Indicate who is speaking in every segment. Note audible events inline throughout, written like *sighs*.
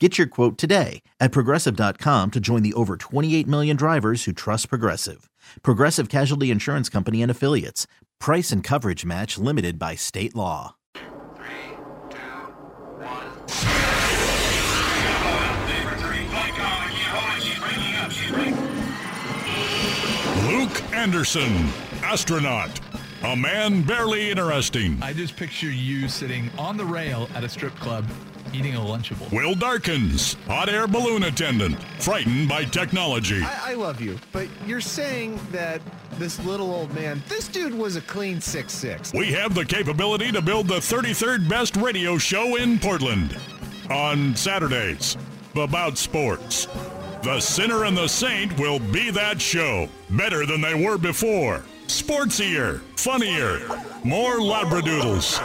Speaker 1: Get your quote today at progressive.com to join the over 28 million drivers who trust Progressive. Progressive Casualty Insurance Company and Affiliates. Price and coverage match limited by state law.
Speaker 2: Luke Anderson, astronaut. A man barely interesting.
Speaker 3: I just picture you sitting on the rail at a strip club eating a Lunchable.
Speaker 2: Will Darkins, hot air balloon attendant, frightened by technology.
Speaker 4: I, I love you, but you're saying that this little old man, this dude was a clean six six.
Speaker 2: We have the capability to build the 33rd best radio show in Portland on Saturdays about sports. The Sinner and the Saint will be that show, better than they were before. Sportsier, funnier, more labradoodles.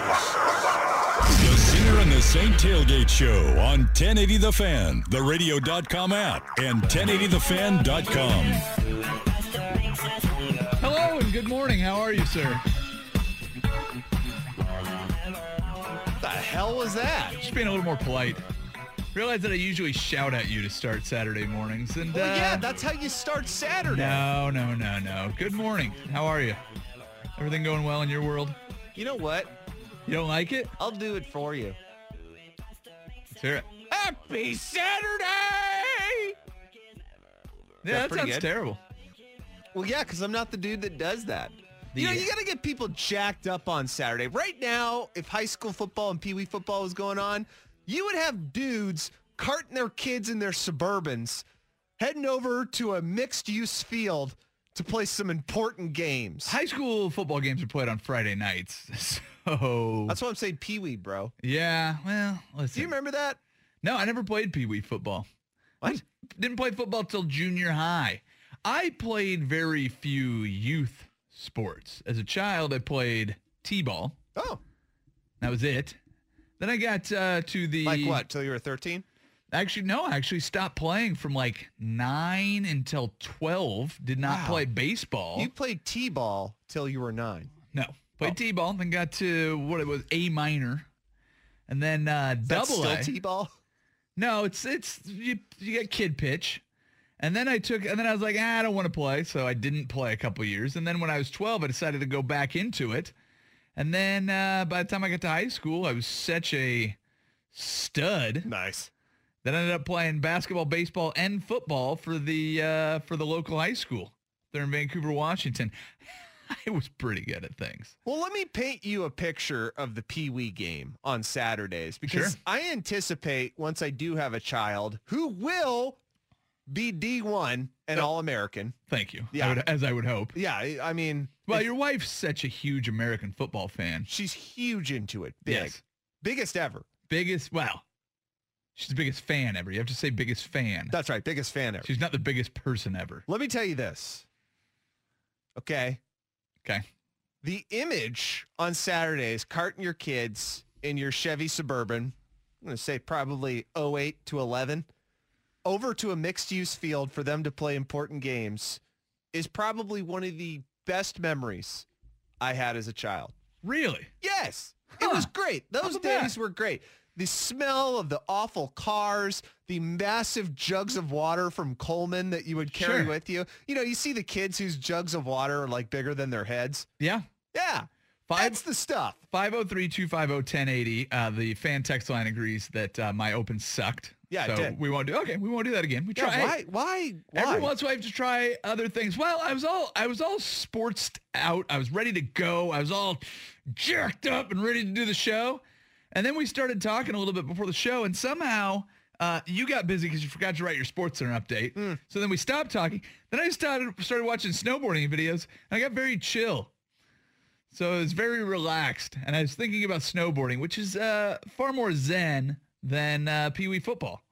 Speaker 2: The Sinner and the Saint Tailgate Show on 1080 The Fan, the radio.com app, and 1080thefan.com.
Speaker 3: Hello and good morning. How are you, sir?
Speaker 4: What the hell was that?
Speaker 3: Just being a little more polite. Realize that I usually shout at you to start Saturday mornings, and
Speaker 4: Well,
Speaker 3: uh,
Speaker 4: yeah, that's how you start Saturday.
Speaker 3: no, no, no, no. Good morning. How are you? Everything going well in your world?
Speaker 4: You know what?
Speaker 3: You don't like it?
Speaker 4: I'll do it for you.
Speaker 3: Let's hear it.
Speaker 4: Happy Saturday!
Speaker 3: Yeah,
Speaker 4: That's
Speaker 3: that
Speaker 4: pretty
Speaker 3: sounds
Speaker 4: good.
Speaker 3: terrible.
Speaker 4: Well, yeah, because I'm not the dude that does that. You know,
Speaker 3: Yeah.
Speaker 4: you got to get people jacked up on Saturday. Right now, if high school football and pee wee football was going on, you would have dudes carting their kids in their Suburbans heading over to a mixed-use field to play some important games.
Speaker 3: High school football games are played on Friday nights, *laughs* so
Speaker 4: That's what I'm saying, pee wee, bro.
Speaker 3: yeah. Well, listen.
Speaker 4: Do you remember that?
Speaker 3: No, I never played pee wee football.
Speaker 4: What?
Speaker 3: didn't play football till junior high. I played very few youth sports. As a child, I played t-ball.
Speaker 4: Oh,
Speaker 3: That was it. Then I got uh, to the
Speaker 4: like what? Till you were 13?
Speaker 3: Actually, no. I actually stopped playing from like nine until twelve. Did not
Speaker 4: Wow.
Speaker 3: play baseball.
Speaker 4: You Oh. played t-ball till you were nine.
Speaker 3: No, played t-ball. Then got to what it was A minor, and then uh, double
Speaker 4: That's still
Speaker 3: A.
Speaker 4: t-ball? *laughs*
Speaker 3: No, it's it's you, you get kid pitch. And then I took and then I was like, ah, I don't want to play, so I didn't play a couple years. And then when I was 12, I decided to go back into it. And then uh, by the time I got to high school, I was such a stud
Speaker 4: Nice.
Speaker 3: that I ended up playing basketball, baseball, and football for the uh, for the local high school there in Vancouver, Washington. *laughs* I was pretty good at things.
Speaker 4: Well, let me paint you a picture of the Pee Wee game on Saturdays because
Speaker 3: Sure.
Speaker 4: I anticipate once I do have a child who will be D1 and All American.
Speaker 3: Thank you. I
Speaker 4: Yeah.
Speaker 3: would- as I would hope.
Speaker 4: Yeah, I- I mean,
Speaker 3: Well,
Speaker 4: if-
Speaker 3: your wife's such a huge American football fan.
Speaker 4: she's huge into it. Big.
Speaker 3: Yes.
Speaker 4: Biggest ever.
Speaker 3: Biggest, wow. She's the biggest fan ever. You have to say biggest fan.
Speaker 4: That's right. Biggest fan ever.
Speaker 3: She's not the biggest person ever.
Speaker 4: Let me tell you this. Okay.
Speaker 3: Okay.
Speaker 4: The image on Saturdays, carting your kids in your Chevy Suburban, I'm going to say probably 08 to 11, over to a mixed-use field for them to play important games is probably one of the best memories I had as a child.
Speaker 3: Really?
Speaker 4: Yes. It was great. Those
Speaker 3: about that?
Speaker 4: days were great. The smell of the awful cars, the massive jugs of water from Coleman that you would carry
Speaker 3: Sure.
Speaker 4: with you. You know, you see the kids whose jugs of water are like bigger than their heads.
Speaker 3: Yeah.
Speaker 4: Yeah.
Speaker 3: Five,
Speaker 4: That's the stuff.
Speaker 3: 503-250-1080. Uh, the fan text line agrees that uh, my open sucked.
Speaker 4: Yeah, it
Speaker 3: so
Speaker 4: did.
Speaker 3: we won't do okay. We won't do that again. We
Speaker 4: Yeah,
Speaker 3: try.
Speaker 4: why? Why? Why?
Speaker 3: Every once in a while, I have to try other things. Well, I was all I was all sportsed out. I was ready to go. I was all jerked up and ready to do the show. And then we started talking a little bit before the show, and somehow uh, you got busy because you forgot to write your sports center update. So then we stopped talking. Then I started started watching snowboarding videos, and I got very chill. So it was very relaxed, and I was thinking about snowboarding, which is uh, far more zen than uh, Pee Wee football.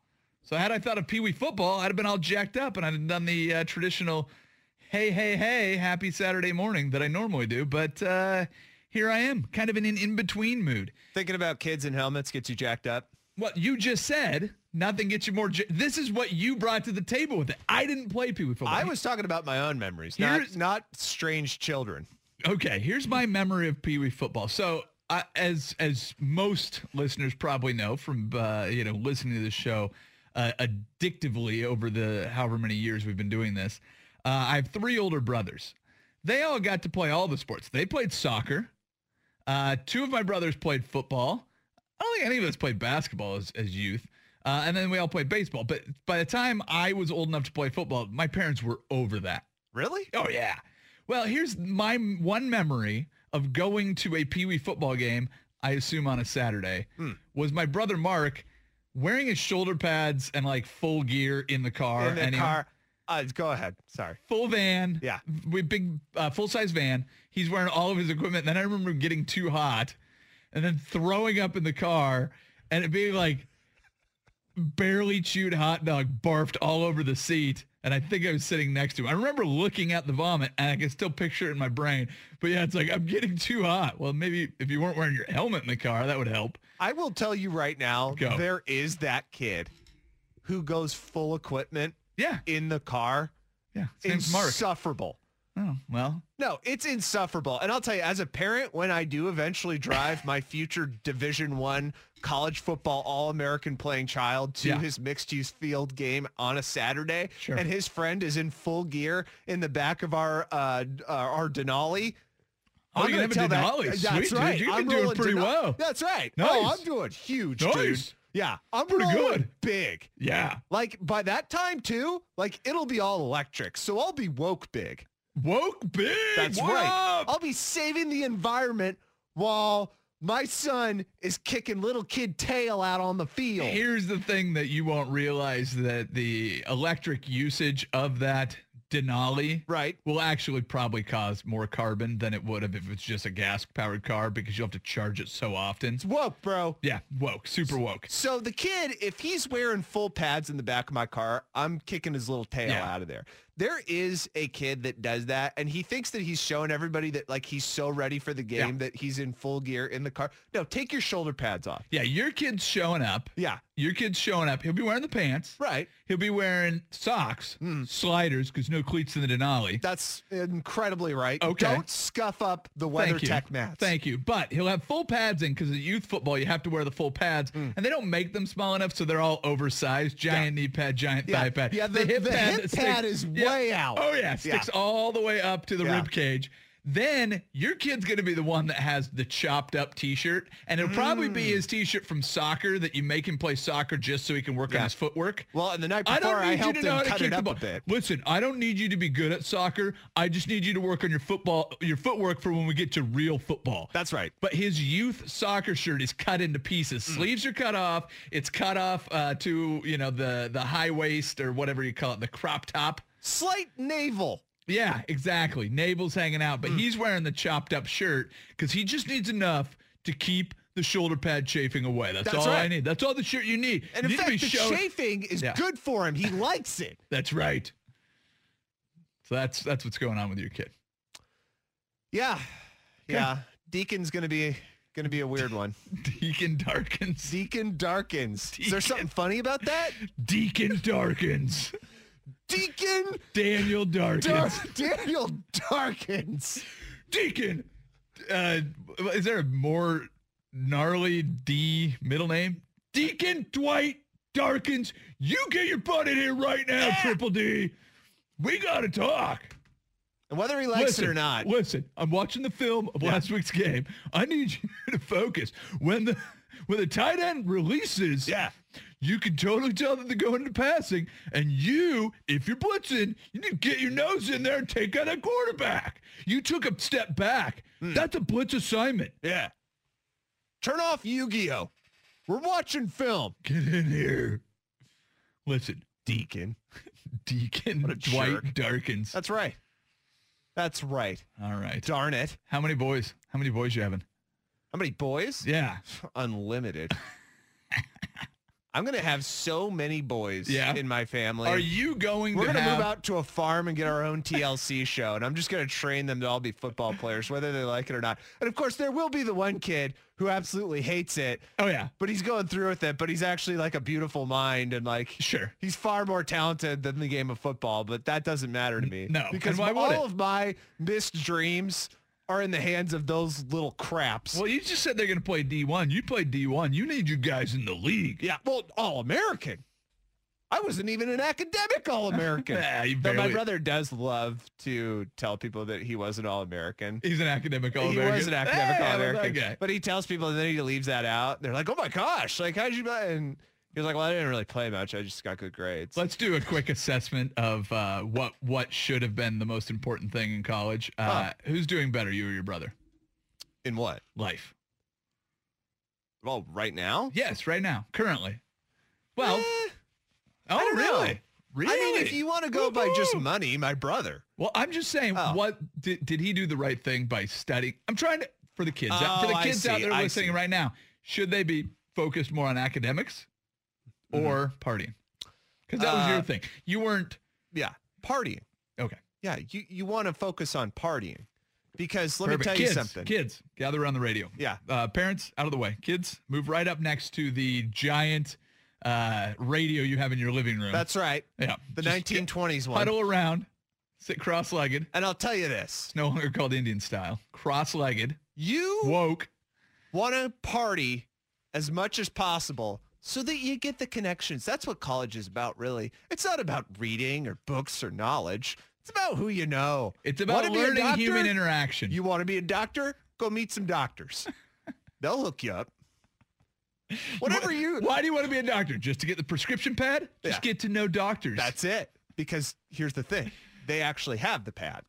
Speaker 3: So had I thought of Pee Wee football, I'd have been all jacked up and I'd have done the uh, traditional, hey, hey, hey, happy Saturday morning that I normally do. But uh, here I am, kind of in an in-between mood.
Speaker 4: Thinking about kids in helmets gets you jacked up.
Speaker 3: What you just said, nothing gets you more. J- this is what you brought to the table with it. I didn't play Pee Wee football.
Speaker 4: I was talking about my own memories, not,
Speaker 3: Here's-
Speaker 4: not strange children.
Speaker 3: okay. Here's my memory of Pee Wee football. So. I as as most listeners probably know from uh, you know listening to this show uh, addictively over the however many years we've been doing this, uh, I have three older brothers. They all got to play all the sports. They played soccer. Uh, two of my brothers played football. I don't think any of us played basketball as, as youth. Uh, and then we all played baseball. But by the time I was old enough to play football, my parents were over that.
Speaker 4: Really?
Speaker 3: Oh yeah. Well, here's my m- one memory of going to a Pee Wee football game. I assume on a Saturday
Speaker 4: Hmm.
Speaker 3: was my brother Mark wearing his shoulder pads and like full gear in the car.
Speaker 4: in the
Speaker 3: and he-
Speaker 4: car. Uh, go ahead. Sorry.
Speaker 3: full van.
Speaker 4: Yeah.
Speaker 3: With big uh, full size van. He's wearing all of his equipment. Then I remember getting too hot and then throwing up in the car and it being like barely chewed hot dog barfed all over the seat. And I think I was sitting next to him. I remember looking at the vomit and I can still picture it in my brain. But yeah, it's like I'm getting too hot. Well, maybe if you weren't wearing your helmet in the car, that would help.
Speaker 4: I will tell you right now,
Speaker 3: Go.
Speaker 4: there is that kid who goes full equipment
Speaker 3: Yeah.
Speaker 4: in the car.
Speaker 3: Yeah. His name's Mark.
Speaker 4: Insufferable.
Speaker 3: Oh, well,
Speaker 4: No, it's insufferable. And I'll tell you, as a parent, when I do eventually drive my future Division One college football All-American playing child to
Speaker 3: Yeah.
Speaker 4: his mixed-use field game on a Saturday,
Speaker 3: Sure.
Speaker 4: and his friend is in full gear in the back of our uh, uh, our Denali.
Speaker 3: Oh, you
Speaker 4: gonna
Speaker 3: have a
Speaker 4: tell
Speaker 3: Denali.
Speaker 4: That's
Speaker 3: Sweet, dude.
Speaker 4: right.
Speaker 3: You've been
Speaker 4: I'm
Speaker 3: doing
Speaker 4: rolling
Speaker 3: pretty
Speaker 4: Denali.
Speaker 3: well.
Speaker 4: That's right. Oh,
Speaker 3: Nice.
Speaker 4: I'm doing huge, dude.
Speaker 3: Nice.
Speaker 4: Yeah, I'm
Speaker 3: Pretty
Speaker 4: rolling
Speaker 3: good.
Speaker 4: Big.
Speaker 3: yeah.
Speaker 4: Like by that time too, like it'll be all electric. So I'll be woke big.
Speaker 3: Woke big.
Speaker 4: That's
Speaker 3: what
Speaker 4: right.
Speaker 3: up?
Speaker 4: I'll be saving the environment while my son is kicking little kid tail out on the field.
Speaker 3: Here's the thing that you won't realize that the electric usage of that Denali
Speaker 4: Right.
Speaker 3: will actually probably cause more carbon than it would have if it's just a gas powered car because you have to charge it so often.
Speaker 4: It's woke, bro.
Speaker 3: Yeah, woke, super woke.
Speaker 4: So the kid, if he's wearing full pads in the back of my car, I'm kicking his little tail
Speaker 3: Yeah.
Speaker 4: out of there. There is a kid that does that and he thinks that he's showing everybody that like he's so ready for the
Speaker 3: Yeah.
Speaker 4: game that he's in full gear in the car. No, take your shoulder pads off.
Speaker 3: Yeah, your kid's showing up.
Speaker 4: Yeah.
Speaker 3: Your kid's showing up. He'll be wearing the pants.
Speaker 4: Right.
Speaker 3: He'll be wearing socks, sliders, because no cleats in the Denali.
Speaker 4: That's incredibly right.
Speaker 3: Okay.
Speaker 4: Don't scuff up the
Speaker 3: Thank you.
Speaker 4: WeatherTech mats.
Speaker 3: Thank you. But he'll have full pads in because at youth football, you have to wear the full pads,
Speaker 4: Mm.
Speaker 3: and they don't make them small enough, so they're all oversized. Giant knee pad, giant
Speaker 4: Yeah.
Speaker 3: thigh pad.
Speaker 4: Yeah, the- the hip
Speaker 3: that
Speaker 4: pad is way out.
Speaker 3: Oh yeah, sticks all the way up to the
Speaker 4: Yeah.
Speaker 3: rib cage. Then your kid's going to be the one that has the chopped up T-shirt, and it'll probably
Speaker 4: Mm.
Speaker 3: be his T-shirt from soccer that you make him play soccer just so he can work
Speaker 4: Yeah.
Speaker 3: on his footwork.
Speaker 4: Well, and the night
Speaker 3: I
Speaker 4: before
Speaker 3: don't
Speaker 4: I,
Speaker 3: need you
Speaker 4: helped
Speaker 3: to know
Speaker 4: him
Speaker 3: how to
Speaker 4: cut
Speaker 3: kick
Speaker 4: it
Speaker 3: the
Speaker 4: up a
Speaker 3: ball.
Speaker 4: bit.
Speaker 3: Listen, I don't need you to be good at soccer. I just need you to work on your football, your footwork for when we get to real football.
Speaker 4: That's right.
Speaker 3: But his youth soccer shirt is cut into pieces.
Speaker 4: Mm.
Speaker 3: Sleeves are cut off. It's cut off uh, to you know the the high waist or whatever you call it, the crop top.
Speaker 4: Slight navel.
Speaker 3: Yeah, exactly. Navel's hanging out,
Speaker 4: Mm.
Speaker 3: but he's wearing the chopped up shirt because he just needs enough to keep the shoulder pad chafing away. That's,
Speaker 4: That's
Speaker 3: all I
Speaker 4: right.
Speaker 3: need. That's all the shirt you need.
Speaker 4: And in
Speaker 3: You need to
Speaker 4: fact, the
Speaker 3: be showing-
Speaker 4: chafing is
Speaker 3: Yeah.
Speaker 4: good for him. He likes it.
Speaker 3: That's right. So that's that's what's going on with your kid.
Speaker 4: Yeah. Yeah. Deacon's gonna be gonna be a weird one.
Speaker 3: Deacon darkens.
Speaker 4: Deacon darkens. Is there something funny about that?
Speaker 3: Deacon darkens. *laughs*
Speaker 4: Deacon
Speaker 3: Daniel darkens.
Speaker 4: Dar- Daniel darkens.
Speaker 3: Deacon. Uh, is there a more gnarly D middle name? Deacon Dwight Darkens. You get your butt in here right now, Triple D. We gotta talk.
Speaker 4: And whether he likes it or not,
Speaker 3: Listen, I'm watching the film of last week's game. I need *laughs* you to focus. When the when the tight end releases,
Speaker 2: Yeah.
Speaker 3: you can totally tell that they're going to passing. And you, if you're blitzing, you need to get your nose in there and take out a quarterback. You took a step back.
Speaker 4: Hmm.
Speaker 3: That's a blitz assignment.
Speaker 2: Yeah.
Speaker 4: turn off Yu-Gi-Oh. We're watching film.
Speaker 3: Get in here. Listen,
Speaker 4: Deacon.
Speaker 3: Deacon
Speaker 4: What a
Speaker 3: Dwight
Speaker 4: jerk.
Speaker 3: Darkins.
Speaker 4: That's right. That's right.
Speaker 3: All right.
Speaker 4: Darn it.
Speaker 3: How many boys? How many boys you having?
Speaker 4: How many boys?
Speaker 3: Yeah.
Speaker 4: Unlimited.
Speaker 3: *laughs*
Speaker 4: I'm gonna have so many boys
Speaker 3: Yeah.
Speaker 4: in my family.
Speaker 3: Are you going
Speaker 4: We're
Speaker 3: to
Speaker 4: gonna
Speaker 3: have
Speaker 4: move out to a farm and get our own TLC show, and I'm just gonna train them to all be football players, whether they like it or not. And of course, there will be the one kid who absolutely hates it,
Speaker 3: Oh yeah.
Speaker 4: but he's going through with it. But he's actually like a beautiful mind, and like
Speaker 3: Sure.
Speaker 4: he's far more talented than the game of football. But that doesn't matter to me,
Speaker 3: no, and
Speaker 4: because
Speaker 3: why would
Speaker 4: all
Speaker 3: it?
Speaker 4: of my missed dreams are in the hands of those little craps.
Speaker 3: Well, you just said they're going to play D1. You play D1. You need you guys in the league.
Speaker 4: Yeah, well, all American. I wasn't even an academic all *laughs* American.
Speaker 3: Nah, you
Speaker 4: Though my
Speaker 3: barely-
Speaker 4: brother does love to tell people that he was an all American.
Speaker 3: He's an academic all
Speaker 4: He
Speaker 3: American.
Speaker 4: was an academic all
Speaker 3: Okay.
Speaker 4: American. But he tells people and then he leaves that out. They're like, oh my gosh, like how'd you buy? And he was like, well, I didn't really play much. I just got good grades.
Speaker 3: Let's do a quick assessment of uh, what what should have been the most important thing in college. Uh, Who's doing better, you or your brother?
Speaker 4: In what?
Speaker 3: Life.
Speaker 4: Well, right now?
Speaker 3: Yes, right now, currently. Well,
Speaker 4: Eh,
Speaker 3: oh
Speaker 4: don't know.
Speaker 3: really? Really?
Speaker 4: I mean, if you want to go by just
Speaker 3: Woo-hoo.
Speaker 4: money, my brother.
Speaker 3: Well, I'm just saying,
Speaker 4: Oh.
Speaker 3: what did, did he do the right thing by studying? I'm trying to for the kids, out for
Speaker 4: Oh,
Speaker 3: the
Speaker 4: I
Speaker 3: kids out
Speaker 4: see,
Speaker 3: there
Speaker 4: I
Speaker 3: listening
Speaker 4: see.
Speaker 3: right now. Should they be focused more on academics or partying? Because that was your
Speaker 4: Mm-hmm. Uh,
Speaker 3: thing. You weren't
Speaker 4: Yeah, partying.
Speaker 3: okay.
Speaker 4: Yeah, you, you want to focus on partying because let
Speaker 3: perfect.
Speaker 4: me tell
Speaker 3: kids,
Speaker 4: you something.
Speaker 3: Kids, gather around the radio.
Speaker 4: Yeah.
Speaker 3: Uh, parents, out of the way. Kids, move right up next to the giant uh, radio you have in your living room.
Speaker 4: That's right.
Speaker 3: yeah.
Speaker 4: The
Speaker 3: Just get-
Speaker 4: 1920s one.
Speaker 3: huddle around, sit cross-legged.
Speaker 4: And I'll tell you this.
Speaker 3: It's no longer called Indian style. Cross-legged,
Speaker 4: You
Speaker 3: woke.
Speaker 4: want to party as much as possible so that you get the connections. That's what college is about, really. It's not about reading or books or knowledge. It's about who you know.
Speaker 3: It's about
Speaker 4: Wanna be a
Speaker 3: learning
Speaker 4: doctor?
Speaker 3: human interaction.
Speaker 4: You want to be a doctor? Go meet
Speaker 3: *laughs*
Speaker 4: some doctors. They'll hook you up. Whatever you...
Speaker 3: Why do you want to be a doctor? Just to get the prescription pad? Just
Speaker 4: Yeah.
Speaker 3: get to know doctors.
Speaker 4: That's it. Because here's the thing. They actually have the pad.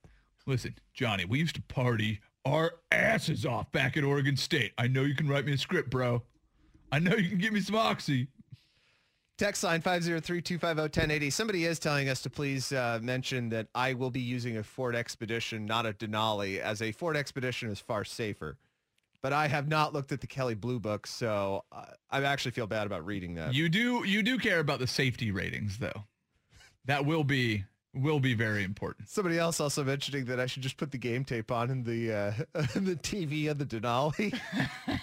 Speaker 3: Listen, Johnny, we used to party our asses off back at Oregon State. I know you can write me a script, bro. I know you can give me some oxy.
Speaker 4: Text line 503-250-1080. Somebody is telling us to please uh, mention that I will be using a Ford Expedition, not a Denali, as a Ford Expedition is far safer. But I have not looked at the Kelly Blue Book, so uh, I actually feel bad about reading that.
Speaker 3: You do you do care about the safety ratings though. That will be will be very important.
Speaker 4: Somebody else also mentioning that I should just put the game tape on in the uh, *laughs* in the TV of the Denali. *laughs*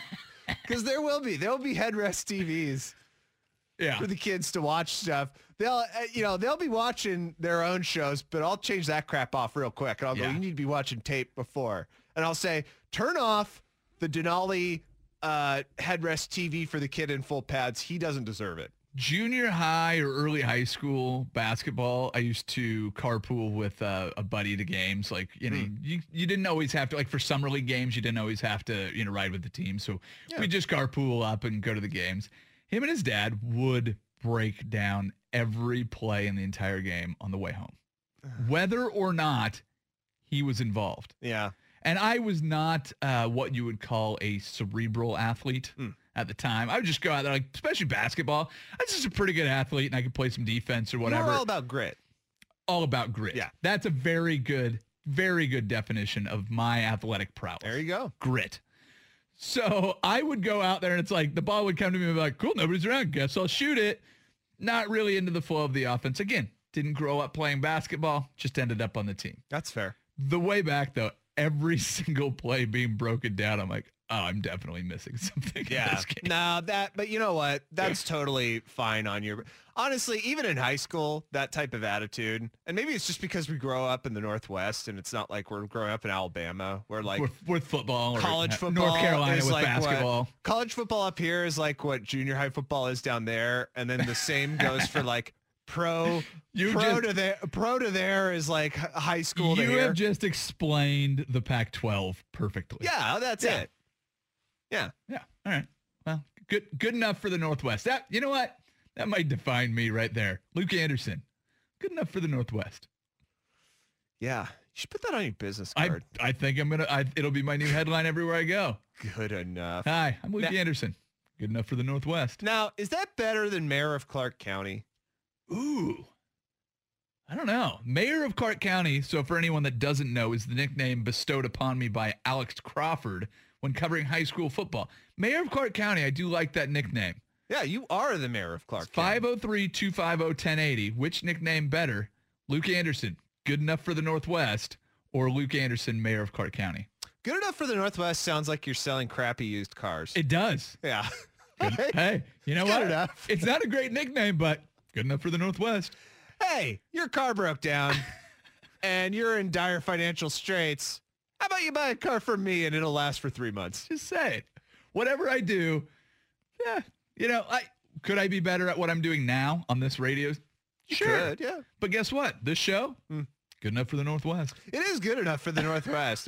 Speaker 4: Because there will be. There will be headrest TVs.
Speaker 3: Yeah.
Speaker 4: *laughs* for the kids to watch stuff. They'll, uh, you know, they'll be watching their own shows, but I'll change that crap off real quick. And I'll
Speaker 3: Yeah.
Speaker 4: go, you need to be watching tape before. And I'll say, turn off the Denali uh, headrest TV for the kid in full pads. He doesn't deserve it.
Speaker 3: junior high or early high school basketball, I used to carpool with uh, a buddy to games. Like you know, you, you didn't always have to like for summer league games, you didn't always have to you know ride with the team. So we just carpool up and go to the games. Him and his dad would break down every play in the entire game on the way home, whether or not he was involved.
Speaker 4: Yeah.
Speaker 3: And I was not uh, what you would call a cerebral athlete
Speaker 4: Hmm.
Speaker 3: at the time. I would just go out there, like especially basketball. I was just a pretty good athlete, and I could play some defense or
Speaker 4: Whatever.
Speaker 3: whatever.
Speaker 4: You're all about grit.
Speaker 3: All about grit.
Speaker 4: Yeah.
Speaker 3: that's a very good, very good definition of my athletic prowess
Speaker 4: There you go.
Speaker 3: grit. So I would go out there and it's like the ball would come to me and be like, cool, nobody's around. Guess I'll shoot it. Not really into the flow of the offense. Again, didn't grow up playing basketball, just ended up on the team. *laughs*
Speaker 4: That's fair.
Speaker 3: The way back though, every *laughs* single play being broken down, I'm like, oh, I'm definitely missing *laughs* something. Yeah.
Speaker 4: Yeah. No, that, but you know what? That's totally fine on your, honestly, even in high school, that type of attitude. And maybe it's just because we grow up in the Northwest and it's not like we're growing up in Alabama where like
Speaker 3: with, with football, or
Speaker 4: college
Speaker 3: uh,
Speaker 4: football
Speaker 3: North Carolina
Speaker 4: is
Speaker 3: with
Speaker 4: like what-
Speaker 3: basketball. *laughs*
Speaker 4: college football up here is like what junior high football is down there and then the same goes for like Pro
Speaker 3: You
Speaker 4: pro
Speaker 3: just-
Speaker 4: to there pro to there is like h- high school to
Speaker 3: You
Speaker 4: here.
Speaker 3: have just explained the Pac-12 perfectly.
Speaker 4: yeah, that's
Speaker 3: Yeah.
Speaker 4: it. Yeah.
Speaker 3: Yeah. All right. Well, good good enough for the Northwest. That you know what? That might define me right there. Luke Anderson. Good enough for the Northwest.
Speaker 4: Yeah. You should put that on your business
Speaker 3: I
Speaker 4: card.
Speaker 3: I think I'm gonna I, it'll be my new headline everywhere I go.
Speaker 4: Good enough.
Speaker 3: Hi, I'm Luke
Speaker 4: Now-
Speaker 3: Anderson. Good enough for the Northwest.
Speaker 4: Now, is that better than mayor of Clark County?
Speaker 3: Ooh. I don't know. Mayor of Clark County, so for anyone that doesn't know, is the nickname bestowed upon me by Alex Crawford when covering high school football. Mayor of Clark County, I do like that nickname.
Speaker 4: Yeah, you are the mayor of Clark County.
Speaker 3: 503 250 1080. Which nickname better? Luke Anderson, good enough for the Northwest, or Luke Anderson, mayor of Clark County?
Speaker 4: Good enough for the Northwest sounds like you're selling crappy used cars.
Speaker 3: It does. *laughs*
Speaker 4: yeah. *laughs*
Speaker 3: Hey, you know
Speaker 4: Good
Speaker 3: what?
Speaker 4: enough.
Speaker 3: It's not a great nickname, but good enough for the Northwest.
Speaker 4: hey, your car broke down *laughs* and you're in dire financial straits. How about you buy a car from me and it'll last for three months?
Speaker 3: Just say it. Whatever I do, yeah, you know, I could I be better at what I'm doing now on this radio?
Speaker 4: Good, yeah.
Speaker 3: But guess what? This show,
Speaker 4: Hmm.
Speaker 3: good enough for the Northwest.
Speaker 4: *laughs* It is good enough for the Northwest,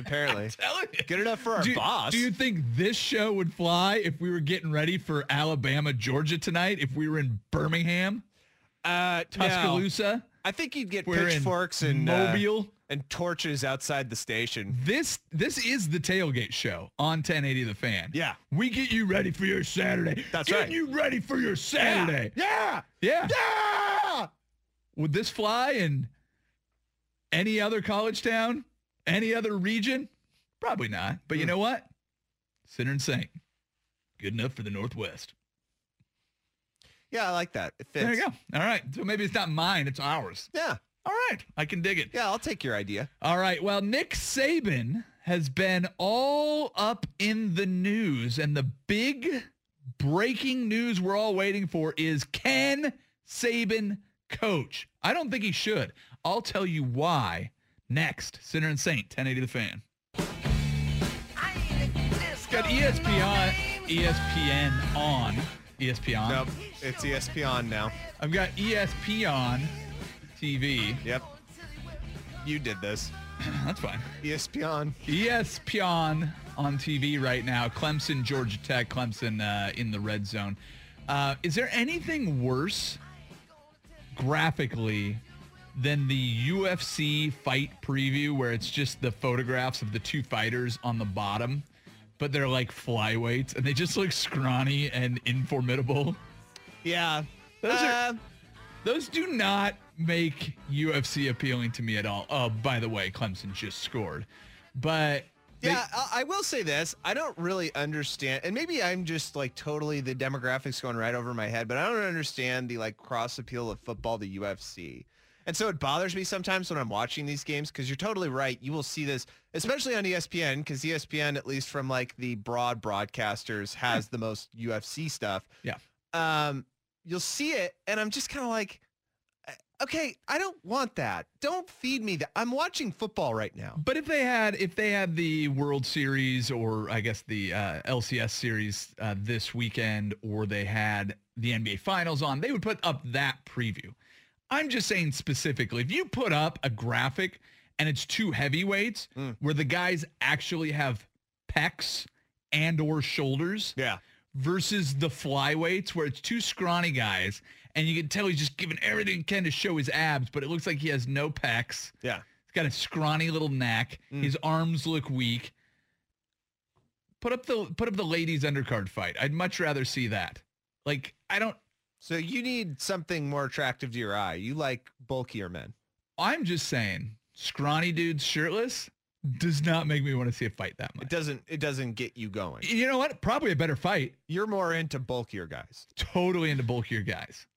Speaker 3: *laughs*
Speaker 4: apparently.
Speaker 3: Telling you.
Speaker 4: Good enough for our
Speaker 3: do,
Speaker 4: boss.
Speaker 3: Do you think this show would fly if we were getting ready for Alabama, Georgia tonight? If we were in Birmingham,
Speaker 4: uh, no.
Speaker 3: Tuscaloosa,
Speaker 4: I think you'd get
Speaker 3: we're in
Speaker 4: pitchforks and uh,
Speaker 3: Mobile.
Speaker 4: and torches outside the station.
Speaker 3: this this is the tailgate show on 1080 The Fan.
Speaker 4: Yeah.
Speaker 3: we get you ready for your Saturday.
Speaker 4: That's
Speaker 3: Get
Speaker 4: right.
Speaker 3: you ready for your Saturday.
Speaker 4: Yeah.
Speaker 3: Yeah.
Speaker 4: Yeah.
Speaker 3: Would this fly in any other college town, any other region? Probably not. But you
Speaker 4: Hmm.
Speaker 3: know what? Sinner and Saint, good enough for the Northwest.
Speaker 4: Yeah, I like that. It fits.
Speaker 3: There you go. All right. So maybe it's not mine, it's ours.
Speaker 4: Yeah.
Speaker 3: All right. I can dig it.
Speaker 4: Yeah, I'll take your idea.
Speaker 3: All right. Well, Nick Saban has been all up in the news, and the big breaking news we're all waiting for is can Saban coach? I don't think he should. I'll tell you why next. Sinner and Saint, 1080 The Fan. Got E ESPN, ESPN on. E ESPN. on.
Speaker 4: Nope. It's E ESPN now.
Speaker 3: I've got E ESPN TV.
Speaker 4: Yep. You did this. E
Speaker 3: That's fine.
Speaker 4: ESPN.
Speaker 3: E ESPN on TV right now. Clemson, Georgia Tech. Clemson uh, in the red zone. Uh, is there anything worse graphically than the UFC fight preview where it's just the photographs of the two fighters on the bottom, but they're like flyweights and they just look scrawny and informidable?
Speaker 4: Yeah.
Speaker 3: Those are-
Speaker 4: Uh,
Speaker 3: Those do not make UFC appealing to me at all. Oh, by the way, Clemson just scored. But they-
Speaker 4: yeah, I I will say this. I don't really understand, and maybe I'm just like totally the demographics going right over my head, but I don't understand the like cross appeal of football to UFC. And so it bothers me sometimes when I'm watching these games because you're totally right. You will see this, especially on E ESPN, because ESPN, at least from like the broad broadcasters, has the most UFC stuff.
Speaker 3: Yeah.
Speaker 4: Um, you'll see it, and I'm just kind of like, okay, I don't want that. Don't feed me that. I'm watching football right now.
Speaker 3: But if they had if they had the World Series or I guess the uh, LCS series uh, this weekend, or they had the NBA Finals on, they would put up that preview. I'm just saying specifically, if you put up a graphic and it's two heavyweights
Speaker 4: Mm.
Speaker 3: where the guys actually have pecs and or shoulders
Speaker 4: Yeah.
Speaker 3: versus the flyweights where it's two scrawny guys and you can tell he's just giving everything he can to show his abs, but it looks like he has no pecs.
Speaker 4: Yeah.
Speaker 3: He's got a scrawny little neck.
Speaker 4: Mm.
Speaker 3: His arms look weak. Put up the put up the ladies undercard fight. I'd much rather see that. Like I don't.
Speaker 4: So you need something more attractive to your eye. You like bulkier men.
Speaker 3: I'm just saying, scrawny dudes shirtless does not make me want to see a fight that
Speaker 4: It
Speaker 3: much.
Speaker 4: doesn't it doesn't get you going.
Speaker 3: You know what? Probably a better fight.
Speaker 4: You're more into bulkier guys.
Speaker 3: Totally into bulkier guys.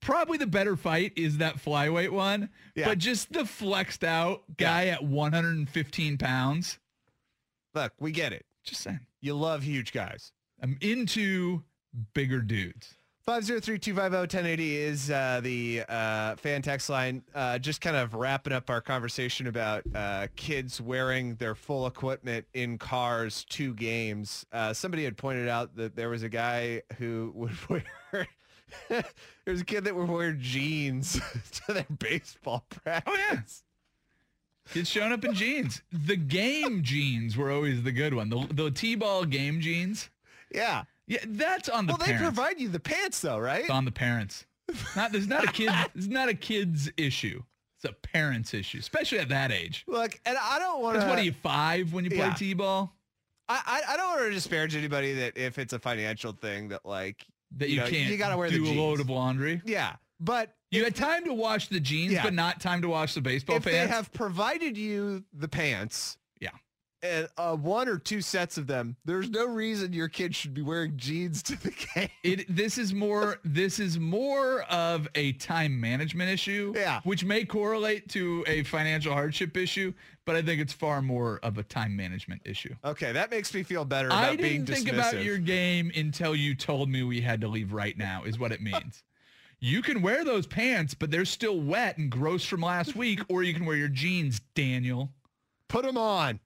Speaker 3: Probably the better fight is that flyweight one,
Speaker 4: Yeah.
Speaker 3: but just the flexed out guy at 115 pounds.
Speaker 4: Look, we get it.
Speaker 3: Just saying,
Speaker 4: You love huge guys.
Speaker 3: I'm into bigger dudes.
Speaker 4: 503-250-1080 is uh, the uh, fan text line. Uh, just kind of wrapping up our conversation about uh, kids wearing their full equipment in cars *laughs* to games. Uh, somebody had pointed out that there was a guy who would wear There's a kid that would wear jeans *laughs* to their baseball practice.
Speaker 3: Oh, yeah. Kids showing up in jeans. The game jeans were always the good one. The the t-ball game jeans.
Speaker 4: Yeah.
Speaker 3: Yeah, that's on the
Speaker 4: well,
Speaker 3: parents.
Speaker 4: they provide you the pants though, right?
Speaker 3: It's on the parents. Not there's not a
Speaker 4: *laughs*
Speaker 3: kid. It's not a kid's issue. It's a parents' issue, especially at that age.
Speaker 4: Look, and I don't want
Speaker 3: Because
Speaker 4: to.
Speaker 3: what are you five when you play
Speaker 4: Uh, Yeah.
Speaker 3: t-ball?
Speaker 4: I, I I don't want to disparage anybody that if it's a financial thing that like
Speaker 3: That you,
Speaker 4: You know,
Speaker 3: can't.
Speaker 4: you gotta wear the
Speaker 3: do a load
Speaker 4: jeans.
Speaker 3: of laundry.
Speaker 4: yeah, but
Speaker 3: You
Speaker 4: if,
Speaker 3: had time to wash the jeans,
Speaker 4: Yeah.
Speaker 3: but not time to wash the baseball
Speaker 4: if they
Speaker 3: pants.
Speaker 4: have provided you the pants,
Speaker 3: Yeah.
Speaker 4: and uh, one or two sets of them, there's no reason your kid should be wearing jeans to the *laughs* game.
Speaker 3: It this is more this is more of a time management issue,
Speaker 4: Yeah.
Speaker 3: which may correlate to a financial hardship issue, but I think it's far more of a time management issue.
Speaker 4: Okay, that makes me feel better about
Speaker 3: I
Speaker 4: being
Speaker 3: didn't think about
Speaker 4: dismissive.
Speaker 3: your game until you told me we had to leave right now is what it means. you can wear those pants, but they're still wet and gross from last week, or you can wear your jeans, Daniel.
Speaker 4: Put them on.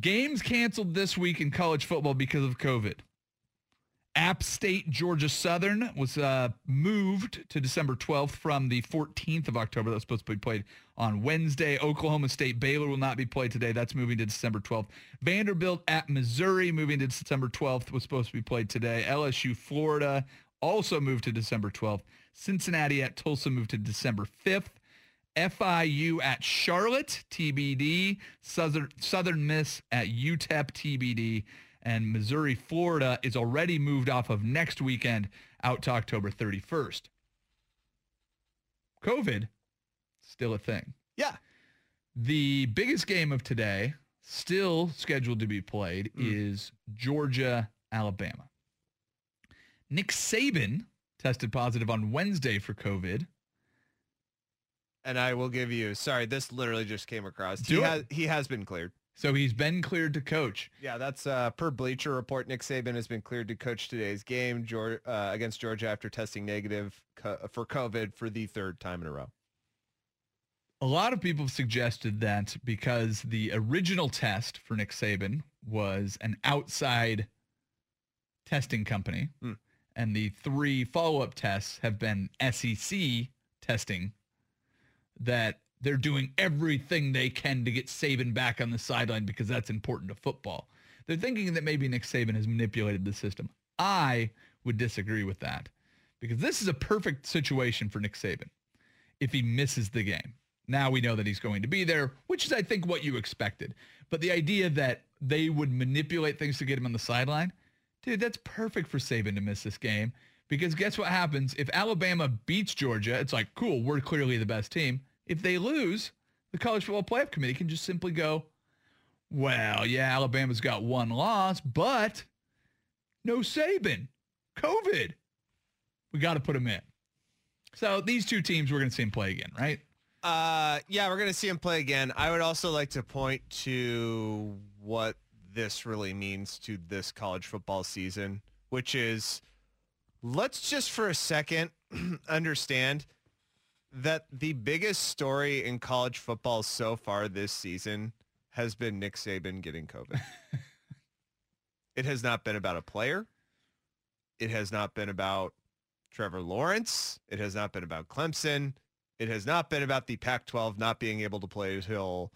Speaker 3: Games canceled this week in college football because of COVID. App State, Georgia Southern was uh, moved to December 12th from the 14th of October. That was supposed to be played on Wednesday. Oklahoma State, Baylor will not be played today. That's moving to December 12th. Vanderbilt at Missouri moving to December 12th was supposed to be played today. LSU, Florida also moved to December 12th. Cincinnati at Tulsa moved to December 5th. FIU at Charlotte, TBD. Southern, Southern Miss at E UTEP, TBD. And Missouri, Florida is already moved off of next weekend out to October 31st. COVID, still a thing.
Speaker 4: Yeah.
Speaker 3: The biggest game of today, still scheduled to be played, is Georgia, Alabama. Nick Saban tested positive on Wednesday for COVID.
Speaker 4: And I will give you. Sorry, this literally just came across.
Speaker 3: Do
Speaker 4: he
Speaker 3: it.
Speaker 4: has he has been cleared.
Speaker 3: So he's been cleared to coach.
Speaker 4: Yeah, that's uh, per Bleacher Report. Nick Saban has been cleared to coach today's game Geor- uh, against Georgia after testing negative co- for COVID for the third time in a row.
Speaker 3: A lot of people have suggested that because the original test for Nick Saban was an outside testing company,
Speaker 4: Hmm.
Speaker 3: and the three follow-up tests have been SEC testing, that they're doing everything they can to get Saban back on the sideline because that's important to football. They're thinking that maybe Nick Saban has manipulated the system. I would disagree with that because this is a perfect situation for Nick Saban if he misses the game. Now we know that he's going to be there, which is, I think, what you expected. But the idea that they would manipulate things to get him on the sideline, dude, that's perfect for Saban to miss this game. Because guess what happens? If Alabama beats Georgia, it's like, cool, we're clearly the best team. If they lose, the College Football Playoff Committee can just simply go, well, yeah, Alabama's got one loss, but no Saban, COVID. We got to put him in. So these two teams we're going to see him play again, right?
Speaker 4: Uh, yeah, we're gonna see him play again. I would also like to point to what this really means to this college football season, which is let's just for a second *clears throat* understand that the biggest story in college football so far this season has been Nick Saban getting COVID. it has not been about a player. It has not been about Trevor Lawrence. It has not been about Clemson. It has not been about the Pac-12 not being able to play until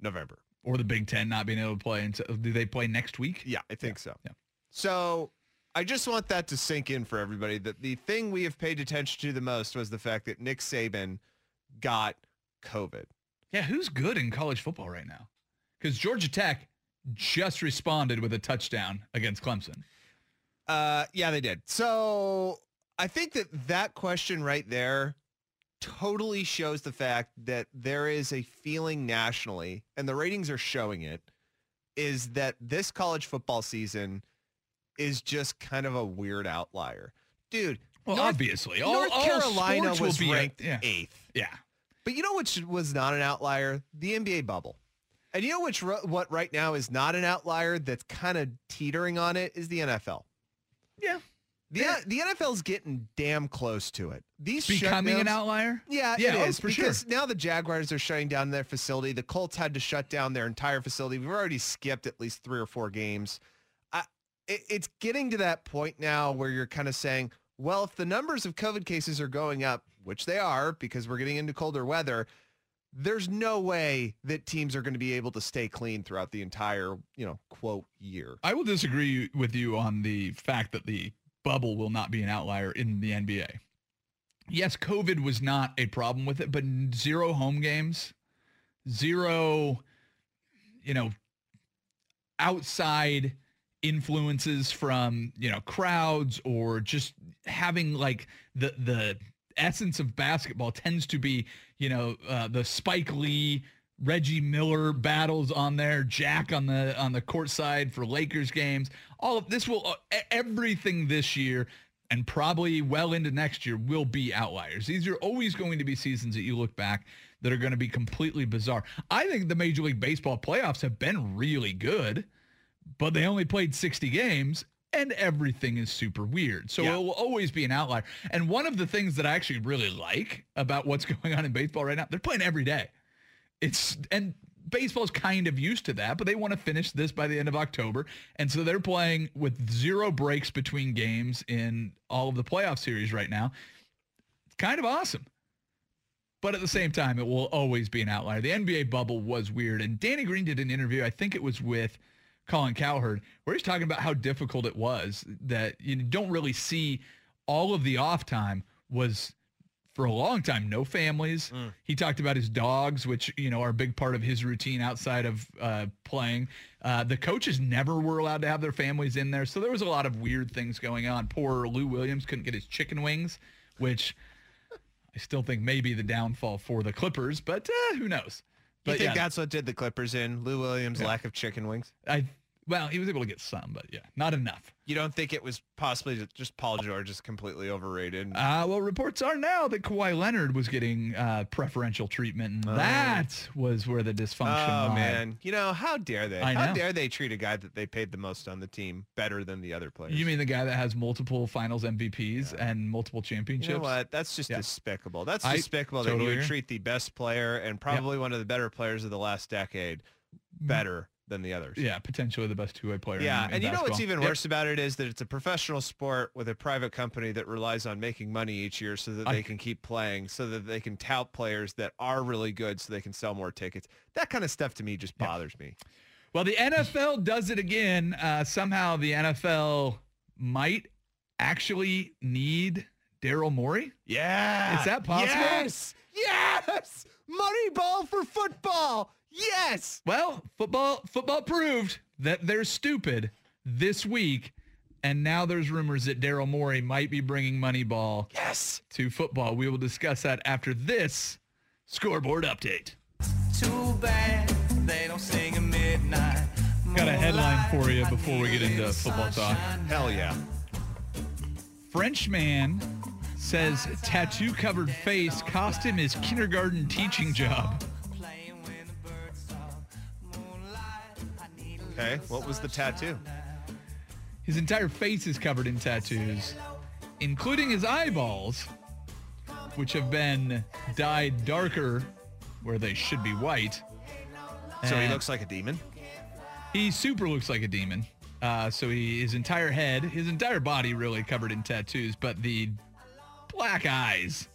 Speaker 4: November.
Speaker 3: Or the Big Ten not being able to play. Until, do they play next week?
Speaker 4: Yeah, I think so.
Speaker 3: yeah.
Speaker 4: So I just want that to sink in for everybody that the thing we have paid attention to the most was the fact that Nick Saban got COVID.
Speaker 3: Yeah, who's good in college football right now? Because Georgia Tech just responded with a touchdown against Clemson.
Speaker 4: Uh, yeah, they did. So I think that that question right there totally shows the fact that there is a feeling nationally, and the ratings are showing it, is that this college football season is just kind of a weird outlier. Dude,
Speaker 3: Well,
Speaker 4: North,
Speaker 3: obviously,
Speaker 4: North Carolina
Speaker 3: sports
Speaker 4: was
Speaker 3: will be a-
Speaker 4: ranked
Speaker 3: yeah,
Speaker 4: eighth.
Speaker 3: yeah.
Speaker 4: But you know which was not an outlier? The NBA bubble. And you know which ro- what right now is not an outlier that's kind of teetering on it is the NFL.
Speaker 3: Yeah.
Speaker 4: The, the NFL's getting damn close to it. These
Speaker 3: Becoming an
Speaker 4: shutdowns-
Speaker 3: outlier?
Speaker 4: Yeah,
Speaker 3: Yeah,
Speaker 4: it
Speaker 3: oh,
Speaker 4: is
Speaker 3: for sure.
Speaker 4: because now the Jaguars are shutting down their facility. The Colts had to shut down their entire facility. We've already skipped at least three or four games. I, it, it's getting to that point now where you're kind of saying, well, if the numbers of COVID cases are going up, which they are because we're getting into colder weather, there's no way that teams are going to be able to stay clean throughout the entire, you know, quote year.
Speaker 3: I will disagree with you on the fact that the bubble will not be an outlier in the NBA. Yes, COVID was not a problem with it, but zero home games, zero, you know, outside influences from, you know, crowds or just having like the the essence of basketball tends to be, you know, uh, the Spike Lee, Reggie Miller battles on there, Jack on the on the court side for Lakers games. All of this will e- everything this year and probably well into next year will be outliers. These are always going to be seasons that you look back that are going to be completely bizarre. I think the Major League Baseball playoffs have been really good, but they only played 60 games and everything is super weird. So
Speaker 4: Yeah.
Speaker 3: it will always be an outlier. And one of the things that I actually really like about what's *laughs* going on in baseball right now, they're playing every day it's and baseball's kind of used to that, but they want to finish this by the end of October. And so they're playing with zero breaks between games in all of the playoff series right now. It's kind of awesome. But at the same time, it will always be an outlier. The NBA bubble was weird. And Danny Green did an interview, I think it was with Colin Cowherd, where he's talking about how difficult it was that you don't really see all of the off time was for a long time, no families.
Speaker 4: Mm.
Speaker 3: He talked about his dogs, which you know are a big part of his routine outside of uh, playing. Uh, the coaches never were allowed to have their families in there, so there was a lot of weird things going on. Poor Lou Williams couldn't get his chicken wings, which I still think may be the downfall for the Clippers, but uh, who knows?
Speaker 4: You
Speaker 3: But yeah,
Speaker 4: think that's what did the Clippers in? Lou Williams'
Speaker 3: Yeah.
Speaker 4: lack of chicken wings.
Speaker 3: I well, he was able to get some, but yeah, not enough.
Speaker 4: You don't think it was possibly ju- just Paul George is completely overrated?
Speaker 3: Uh, well, reports are now that Kawhi Leonard was getting uh, preferential treatment, and
Speaker 4: Oh.
Speaker 3: that was where the dysfunction.
Speaker 4: oh
Speaker 3: lied.
Speaker 4: man, you know how dare they?
Speaker 3: I
Speaker 4: how
Speaker 3: know.
Speaker 4: dare they treat a guy that they paid the most on the team better than the other players?
Speaker 3: You mean the guy that has multiple finals MVPs and multiple
Speaker 4: You
Speaker 3: championships?
Speaker 4: know what? That's just
Speaker 3: Yeah.
Speaker 4: despicable. That's
Speaker 3: I
Speaker 4: despicable that
Speaker 3: totally
Speaker 4: you would
Speaker 3: agree.
Speaker 4: treat the best player and probably one of the better players of the last decade better than the others.
Speaker 3: Mm. Yeah, potentially the best two-way player. in-
Speaker 4: Yeah,
Speaker 3: in
Speaker 4: and you know what's
Speaker 3: basketball.
Speaker 4: even
Speaker 3: Yep.
Speaker 4: worse about it is that it's a professional sport with a private company that relies on making money each year so that
Speaker 3: I-
Speaker 4: they can keep playing, so that they can tout players that are really good so they can sell more tickets. That kind of stuff to me just bothers me.
Speaker 3: Well, the NFL does it again. Uh, somehow the NFL might actually need Daryl Morey.
Speaker 4: Yeah.
Speaker 3: Is that possible?
Speaker 4: Yes. Yes. Moneyball for football. Yes.
Speaker 3: Well, football football proved that they're stupid this week, and now there's rumors that Daryl Morey might be bringing Moneyball
Speaker 4: Yes.
Speaker 3: to football. We will discuss that after this scoreboard update.
Speaker 5: Too bad they don't sing at midnight.
Speaker 3: Got a headline for you before we get into football talk.
Speaker 4: Hell yeah.
Speaker 3: French man says tattoo covered face cost him his kindergarten teaching job.
Speaker 5: Playing when the birds song. Moonlight, I need a
Speaker 4: Okay. What was the tattoo?
Speaker 3: His entire face is covered in tattoos, including his eyeballs, which have been dyed darker where they should be white.
Speaker 4: So he
Speaker 3: And-
Speaker 4: looks like a demon.
Speaker 3: He super looks like a demon. Uh, so he his entire head, his entire body really covered in tattoos, but the black eyes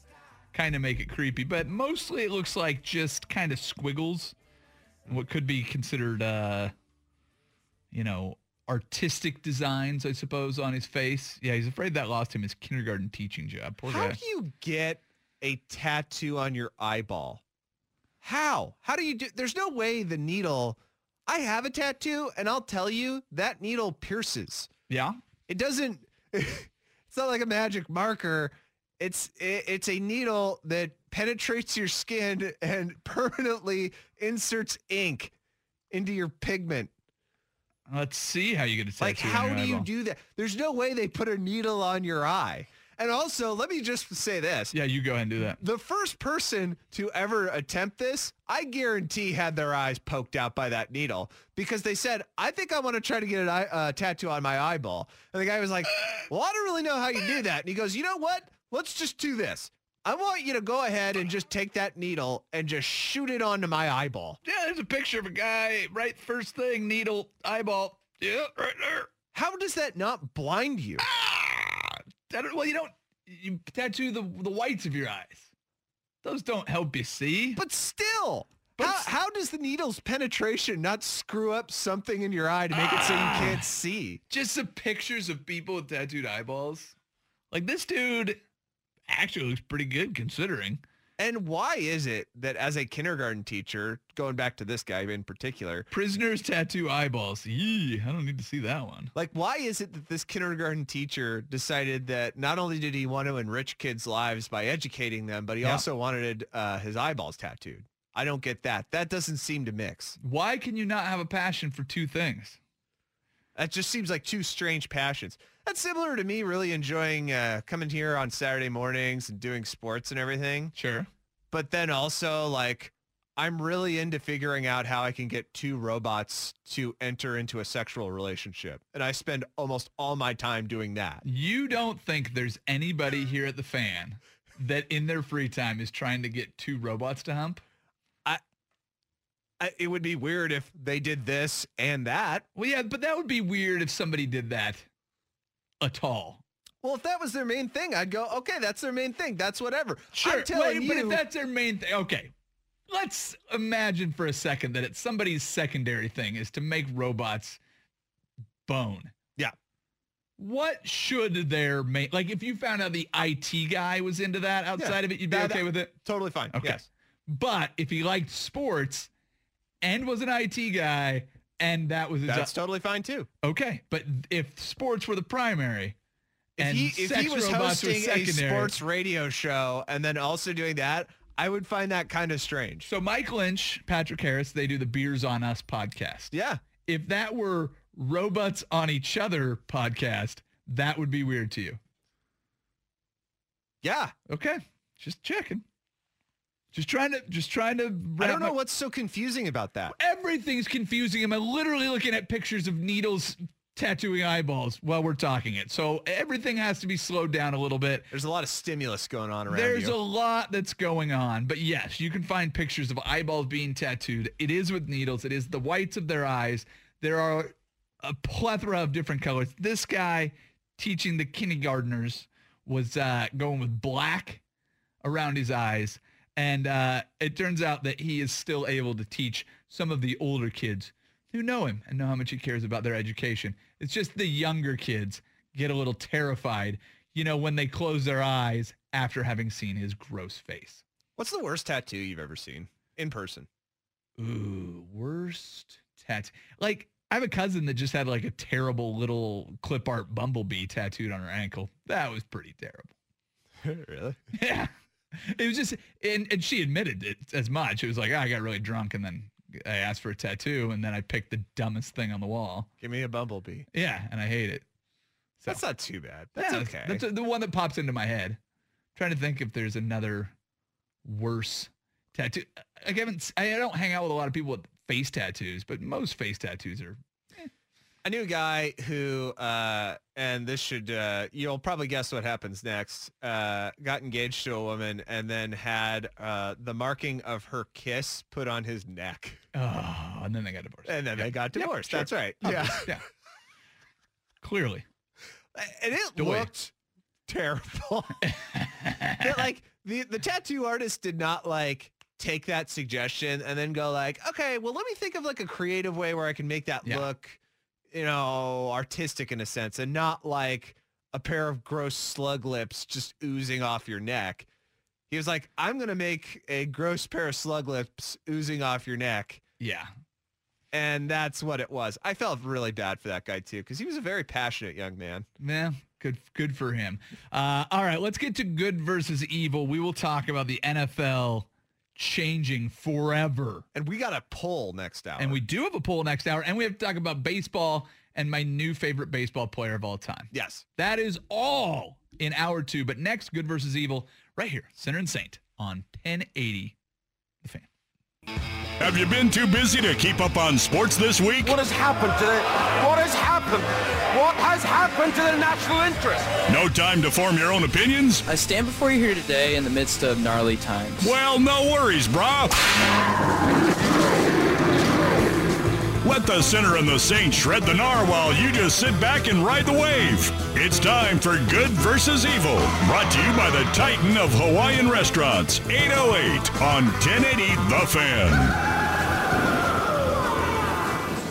Speaker 3: kind of make it creepy. But mostly it looks like just kind of squiggles, what could be considered, uh, you know, artistic designs, I suppose, on his face. Yeah, he's afraid that lost him his kindergarten teaching job. Poor
Speaker 4: How
Speaker 3: guy.
Speaker 4: do you get a tattoo on your eyeball? How? How do you do? There's no way the needle. I have a tattoo, and I'll tell you that needle pierces.
Speaker 3: Yeah.
Speaker 4: It doesn't. *laughs* It's not like a magic marker. It's it, it's a needle that penetrates your skin and *laughs* permanently inserts ink into your pigment.
Speaker 3: Let's see how you get a tattoo.
Speaker 4: Like,
Speaker 3: on
Speaker 4: how
Speaker 3: your
Speaker 4: do you
Speaker 3: eyeball.
Speaker 4: do that? There's no way they put a needle on your eye. And also, let me just say this.
Speaker 3: Yeah, you go ahead and do that.
Speaker 4: The first person to ever attempt this, I guarantee had their eyes poked out by that needle because they said, I think I want to try to get an eye, uh, tattoo on my eyeball. And the guy was like, well, I don't really know how you do that. And he goes, you know what? Let's just do this. I want you to go ahead and just take that needle and just shoot it onto my eyeball.
Speaker 3: Yeah, there's a picture of a guy, right? First thing, needle, eyeball. Yeah, right there.
Speaker 4: How does that not blind you?
Speaker 3: I don't, well, you don't you tattoo the the whites of your eyes. Those don't help you see.
Speaker 4: But still,
Speaker 3: But
Speaker 4: how,
Speaker 3: s-
Speaker 4: how does the needle's penetration not screw up something in your eye to make
Speaker 3: *sighs*
Speaker 4: it so you can't see?
Speaker 3: Just the pictures of people with tattooed eyeballs. Like this dude actually looks pretty good considering.
Speaker 4: And why is it that as a kindergarten teacher, going back to this guy in particular,
Speaker 3: Prisoners tattoo eyeballs. Yee, I don't need to see that one.
Speaker 4: like why is it that this kindergarten teacher decided that not only did he want to enrich kids' lives by educating them, but he
Speaker 3: Yeah.
Speaker 4: also wanted uh, his eyeballs tattooed? I don't get that. That doesn't seem to mix.
Speaker 3: Why can you not have a passion for two things?
Speaker 4: That just seems like two strange passions. That's similar to me really enjoying uh, coming here on Saturday mornings and doing sports and everything.
Speaker 3: Sure.
Speaker 4: But then also like I'm really into figuring out how I can get two robots to enter into a sexual relationship. And I spend almost all my time doing that.
Speaker 3: You don't think there's anybody here at the fan that in their free time is trying to get two robots to hump?
Speaker 4: I, it would be weird if they did this and that.
Speaker 3: Well, yeah, but that would be weird if somebody did that at all.
Speaker 4: Well, if that was their main thing, I'd go, okay, that's their main thing. That's whatever. I'm telling
Speaker 3: wait,
Speaker 4: you,
Speaker 3: but if that's their main thing, okay. Let's imagine for a second that it's somebody's secondary thing is to make robots bone.
Speaker 4: Yeah.
Speaker 3: What should their main like? If you found out the IT guy was into that outside of it, you'd be
Speaker 4: Yeah,
Speaker 3: okay
Speaker 4: that-
Speaker 3: with it.
Speaker 4: totally fine.
Speaker 3: Okay.
Speaker 4: Yes.
Speaker 3: But if he liked sports and was an IT guy and that was his
Speaker 4: That's totally fine too.
Speaker 3: okay, but if sports were the primary,
Speaker 4: If
Speaker 3: and
Speaker 4: he, if
Speaker 3: sex
Speaker 4: he was
Speaker 3: robots were
Speaker 4: hosting a
Speaker 3: secondary-
Speaker 4: sports radio show and then also doing that, I would find that kind of strange.
Speaker 3: So Mike Lynch, Patrick Harris, they do the Beers on Us podcast.
Speaker 4: yeah.
Speaker 3: If that were robots on each other podcast, that would be weird to you.
Speaker 4: Yeah.
Speaker 3: Okay, just checking. Just trying to just trying to.
Speaker 4: I
Speaker 3: wrap
Speaker 4: don't know
Speaker 3: my-
Speaker 4: what's so confusing about that.
Speaker 3: everything's confusing him. I'm literally looking at pictures of needles tattooing eyeballs while we're talking it. So everything has to be slowed down a little bit.
Speaker 4: There's a lot of stimulus going on around
Speaker 3: There's
Speaker 4: you.
Speaker 3: a lot that's going on, but yes, you can find pictures of eyeballs being tattooed. It is with needles. It is the whites of their eyes. There are a plethora of different colors. This guy teaching the kindergartners was uh, going with black around his eyes, and uh, it turns out that he is still able to teach some of the older kids who know him and know how much he cares about their education. It's just the younger kids get a little terrified, you know, when they close their eyes after having seen his gross face.
Speaker 4: what's the worst tattoo you've ever seen
Speaker 3: *laughs*
Speaker 4: in person?
Speaker 3: Ooh, worst tattoo. Like, I have a cousin that just had like a terrible little clip art bumblebee tattooed on her ankle. That was pretty terrible. *laughs*
Speaker 4: really?
Speaker 3: Yeah. It was just, and, and she admitted it as much. It was like, "Ah, I got really drunk and then I asked for a tattoo and then I picked the dumbest thing on the wall.
Speaker 4: Give me a bumblebee.
Speaker 3: Yeah. And I hate it. So-
Speaker 4: That's not too bad. That's
Speaker 3: Yeah,
Speaker 4: okay.
Speaker 3: That's the one that pops into my head. trying to think if there's another worse tattoo. Like I haven't. I don't hang out with a lot of people with face tattoos, but most face tattoos are.
Speaker 4: I knew a guy who, uh, and this should, uh, you'll probably guess what happens next, uh, got engaged to a woman and then had uh, the marking of her kiss put on his neck.
Speaker 3: Oh, and then they got divorced.
Speaker 4: And then they got
Speaker 3: Yep,
Speaker 4: divorced.
Speaker 3: sure. Oh,
Speaker 4: That's right.
Speaker 3: Obvious, Yeah. Clearly.
Speaker 4: Yeah. And it
Speaker 3: Doy.
Speaker 4: looked terrible. But, like the, the tattoo artist did not like take that suggestion and then go like, okay, well, let me think of like a creative way where I can make that
Speaker 3: Yeah.
Speaker 4: look, you know, artistic in a sense and not like a pair of gross slug lips just oozing off your neck. He was like, I'm going to make a gross pair of slug lips oozing off your neck.
Speaker 3: Yeah.
Speaker 4: And that's what it was. I felt really bad for that guy too, because he was a very passionate young man.
Speaker 3: Yeah, good, good for him. Uh, all right, let's get to good versus evil. We will talk about the NFL changing forever
Speaker 4: And we got a poll next hour.
Speaker 3: And we do have a poll next hour, and we have to talk about baseball and my new favorite baseball player of all time.
Speaker 4: yes.
Speaker 3: That is all in hour two. But next, Good versus Evil, right here, Sinner and Saint on 1080 The Fan.
Speaker 2: Have you been too busy to keep up on sports this week?
Speaker 6: What has happened to the what has happened? What has happened to the national interest?
Speaker 2: No time to form your own opinions?
Speaker 7: I stand before you here today in the midst of gnarly times.
Speaker 2: Well, no worries, brah. let the sinner and the saint shred the gnar while you just sit back and ride the wave. It's time for Good versus Evil, brought to you by the Titan of Hawaiian Restaurants, 808 on 1080 The Fan.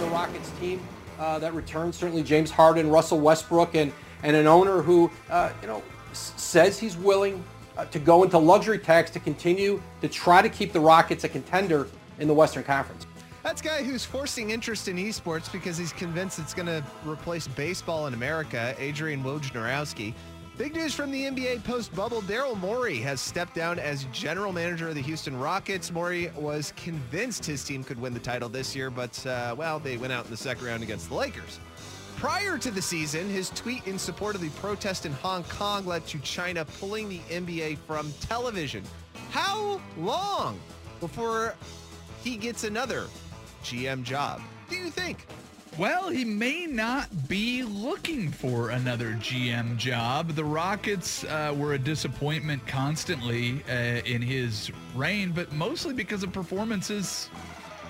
Speaker 8: the Rockets team uh, that returns certainly James Harden, Russell Westbrook, and and an owner who uh, you know s- says he's willing uh, to go into luxury tax to continue to try to keep the Rockets a contender in the Western Conference.
Speaker 4: That's a guy who's forcing interest in esports because he's convinced it's going to replace baseball in America, Adrian Wojnarowski. Big news from the NBA post-bubble. Daryl Morey has stepped down as general manager of the Houston Rockets. Morey was convinced his team could win the title this year, but, uh, well, they went out in the second round against the Lakers. Prior to the season, his tweet in support of the protest in Hong Kong led to China pulling the NBA from television. How long before he gets another GM job. Do you think?
Speaker 3: Well, he may not be looking for another GM job. The Rockets uh, were a disappointment constantly uh, in his reign, but mostly because of performances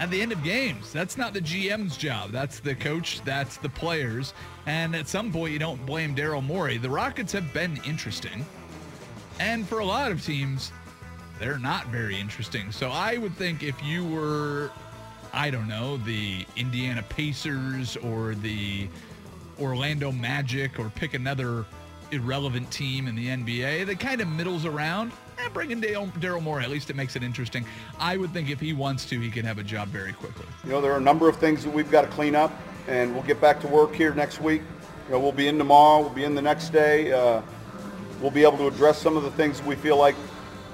Speaker 3: at the end of games. That's not the GM's job. That's the coach. That's the players. And at some point, you don't blame Daryl Morey. The Rockets have been interesting, and for a lot of teams, they're not very interesting. So I would think if you were I don't know, the Indiana Pacers or the Orlando Magic or pick another irrelevant team in the NBA that kind of middles around and bring in Daryl Moore. At least it makes it interesting. I would think if he wants to, he can have a job very quickly.
Speaker 9: You know, there are a number of things that we've got to clean up, and we'll get back to work here next week. You know, we'll be in tomorrow, we'll be in the next day. Uh, we'll be able to address some of the things we feel like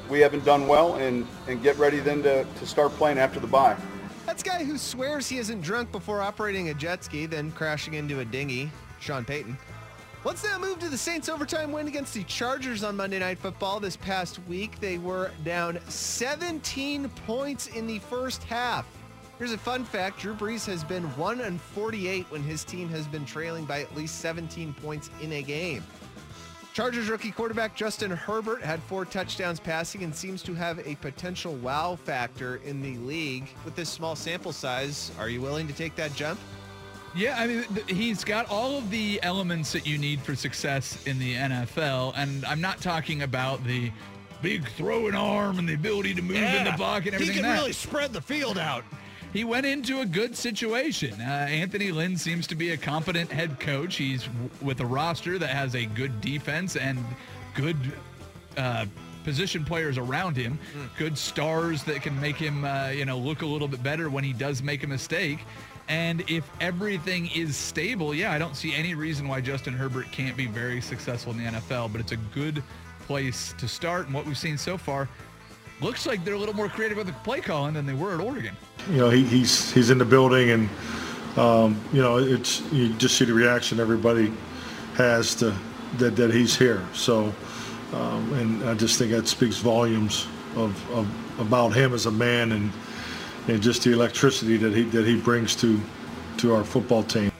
Speaker 9: we haven't done well and, and get ready then to, to start playing after the bye.
Speaker 4: That's a guy who swears he isn't drunk before operating a jet ski, then crashing into a dinghy. Sean Payton. Let's now move to the Saints' overtime win against the Chargers on Monday Night Football this past week. They were down 17 points in the first half. Here's a fun fact. Drew Brees has been 1 and 48 when his team has been trailing by at least 17 points in a game. Chargers rookie quarterback Justin Herbert had four touchdowns passing and seems to have a potential wow factor in the league. With this small sample size, are you willing to take that jump?
Speaker 3: Yeah, I mean, th- he's got all of the elements that you need for success in the NFL, and I'm not talking about the big throwing arm and the ability to move in the pocket and everything.
Speaker 10: He can
Speaker 3: that.
Speaker 10: really spread the field out.
Speaker 3: he went into a good situation. Uh, Anthony Lynn seems to be a competent head coach. He's w- with a roster that has a good defense and good uh, position players around him, good stars that can make him, uh, you know, look a little bit better when he does make a mistake. And if everything is stable, yeah, I don't see any reason why Justin Herbert can't be very successful in the NFL. But it's a good place to start, and what we've seen so far. Looks like they're a little more creative with the play calling than they were at Oregon.
Speaker 11: you know, he, he's he's in the building, and um, you know, it's you just see the reaction everybody has to that that he's here. So, um, and I just think that speaks volumes of, of about him as a man, and and just the electricity that he that he brings to to our football team.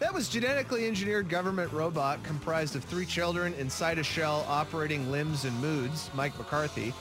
Speaker 4: That was genetically engineered government robot comprised of three children inside a shell operating limbs and moods, Mike McCarthy.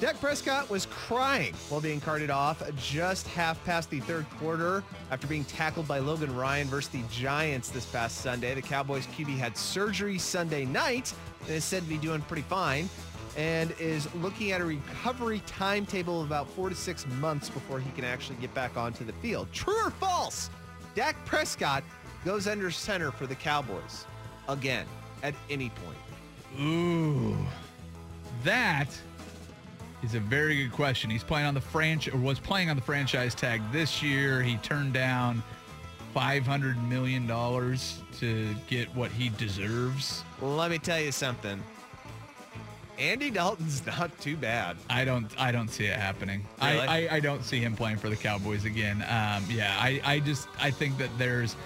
Speaker 4: Dak Prescott was crying while being carted off just half past the third quarter after being tackled by Logan Ryan versus the Giants this past Sunday. The Cowboys QB had surgery Sunday night and is said to be doing pretty fine and is looking at a recovery timetable of about four to six months before he can actually get back onto the field. True or false? Dak Prescott goes under center for the Cowboys again at any point.
Speaker 3: Ooh, that is a very good question. He's playing on the franchise, or was playing on the franchise tag this year. He turned down five hundred million dollars to get what he deserves.
Speaker 4: Let me tell you something. Andy Dalton's *laughs* not too bad.
Speaker 3: I don't, I don't see it happening.
Speaker 4: Really?
Speaker 3: I, I, I don't see him playing for the Cowboys again. Um, yeah, I, I just, I think that there's.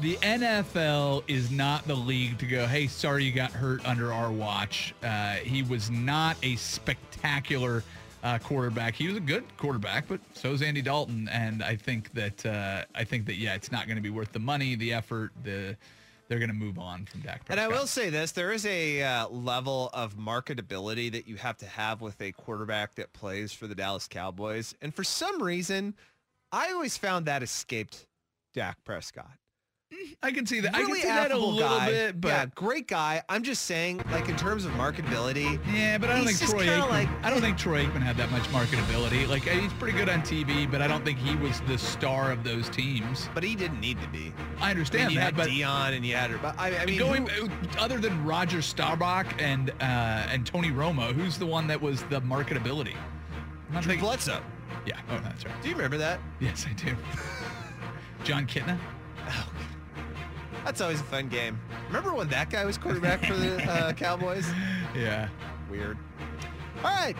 Speaker 3: The NFL is not the league to go, hey, sorry you got hurt under our watch. Uh, he was not a spectacular uh, quarterback. He was a good quarterback, but so is Andy Dalton. And I think that, uh, I think that, yeah, it's not going to be worth the money, the effort, the. They're going to move on from Dak Prescott.
Speaker 4: And I will say this, there is a uh, level of marketability that you have to have with a quarterback that plays for the Dallas Cowboys. And for some reason, I always found that escaped Dak Prescott.
Speaker 3: I can see that. I
Speaker 4: Really
Speaker 3: can see that a
Speaker 4: affable
Speaker 3: little
Speaker 4: guy.
Speaker 3: bit, but
Speaker 4: yeah, great guy. I'm just saying, like in terms of marketability.
Speaker 3: Yeah, but I don't think
Speaker 4: he's just
Speaker 3: Troy
Speaker 4: kinda
Speaker 3: Aikman.
Speaker 4: like-
Speaker 3: I don't think Troy Aikman had that much marketability. Like uh, he's pretty good on TV, but I don't think he was the star of those teams.
Speaker 4: But he didn't need to be.
Speaker 3: I
Speaker 4: I
Speaker 3: understand
Speaker 4: mean, you
Speaker 3: that,
Speaker 4: had
Speaker 3: but
Speaker 4: Dion and you had her. But I, I mean,
Speaker 3: going
Speaker 4: who-
Speaker 3: other than Roger Staubach and uh, and Tony Romo, who's the one that was the marketability? I'm not
Speaker 4: Drew
Speaker 3: thinking-
Speaker 4: Bledsoe.
Speaker 3: Yeah. Oh, that's right. *laughs*
Speaker 4: Do you remember that?
Speaker 3: Yes, I do. John Kitna.
Speaker 4: That's always a fun game. Remember when that guy was quarterback for the *laughs* uh, Cowboys? *laughs*
Speaker 3: Yeah.
Speaker 4: Weird. All right.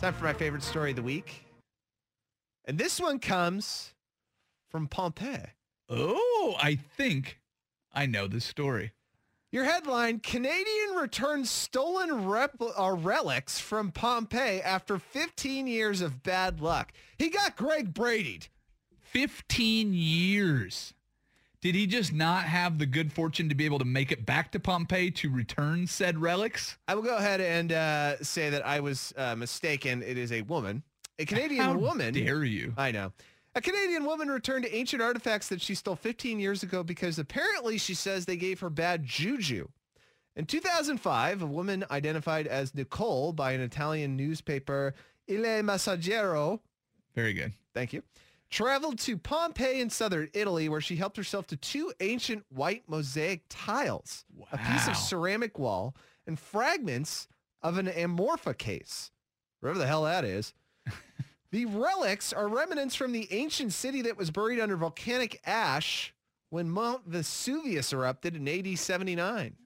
Speaker 4: Time for my favorite story of the week. And this one comes from Pompeii.
Speaker 3: Oh, I think I know this story.
Speaker 4: Your headline, Canadian returns stolen repl- uh, relics from Pompeii after 15 years of bad luck. He got Greg Brady'd.
Speaker 3: 15 years. Did he just not have the good fortune to be able to make it back to Pompeii to return said relics?
Speaker 4: I will go ahead and uh, say that I was uh, mistaken. It is a woman, a Canadian
Speaker 3: How
Speaker 4: woman.
Speaker 3: dare you?
Speaker 4: I know. A Canadian woman returned to ancient artifacts that she stole 15 years ago because apparently she says they gave her bad juju. In 2005, a woman identified as Nicole by an Italian newspaper, Il Messaggero,
Speaker 3: Very good.
Speaker 4: thank you, traveled to Pompeii in southern Italy where she helped herself to two ancient white mosaic tiles, a piece
Speaker 3: Wow.
Speaker 4: of ceramic wall, and fragments of an amorpha case. Whatever the hell that is. the relics are remnants from the ancient city that was buried under volcanic ash when Mount Vesuvius erupted in AD 79.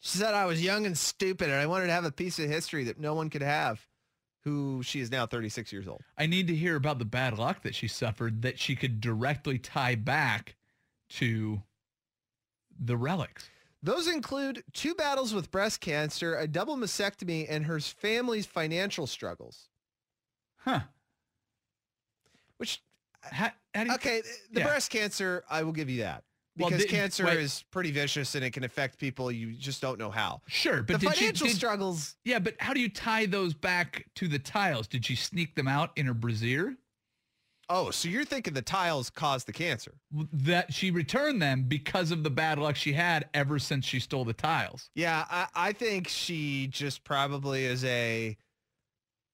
Speaker 4: She said, I was young and stupid and I wanted to have a piece of history that no one could have, who she is now 36 years old.
Speaker 3: I need to hear about the bad luck that she suffered that she could directly tie back to the relics.
Speaker 4: Those include two battles with breast cancer, a double mastectomy, and her family's financial struggles.
Speaker 3: Huh.
Speaker 4: Which,
Speaker 3: How, how do you,
Speaker 4: okay, the
Speaker 3: Yeah.
Speaker 4: breast cancer, I will give you that.
Speaker 3: Well,
Speaker 4: Because
Speaker 3: did-
Speaker 4: cancer
Speaker 3: wait.
Speaker 4: is pretty vicious and it can affect people you just don't know how.
Speaker 3: Sure, but
Speaker 4: the
Speaker 3: did she
Speaker 4: financial
Speaker 3: did,
Speaker 4: struggles,
Speaker 3: Yeah, but how do you tie those back to the tiles? Did she sneak them out in her brassiere?
Speaker 4: oh, so you're thinking the tiles caused the cancer.
Speaker 3: That she returned them because of the bad luck she had ever since she stole the tiles.
Speaker 4: Yeah, I, I think she just probably is a,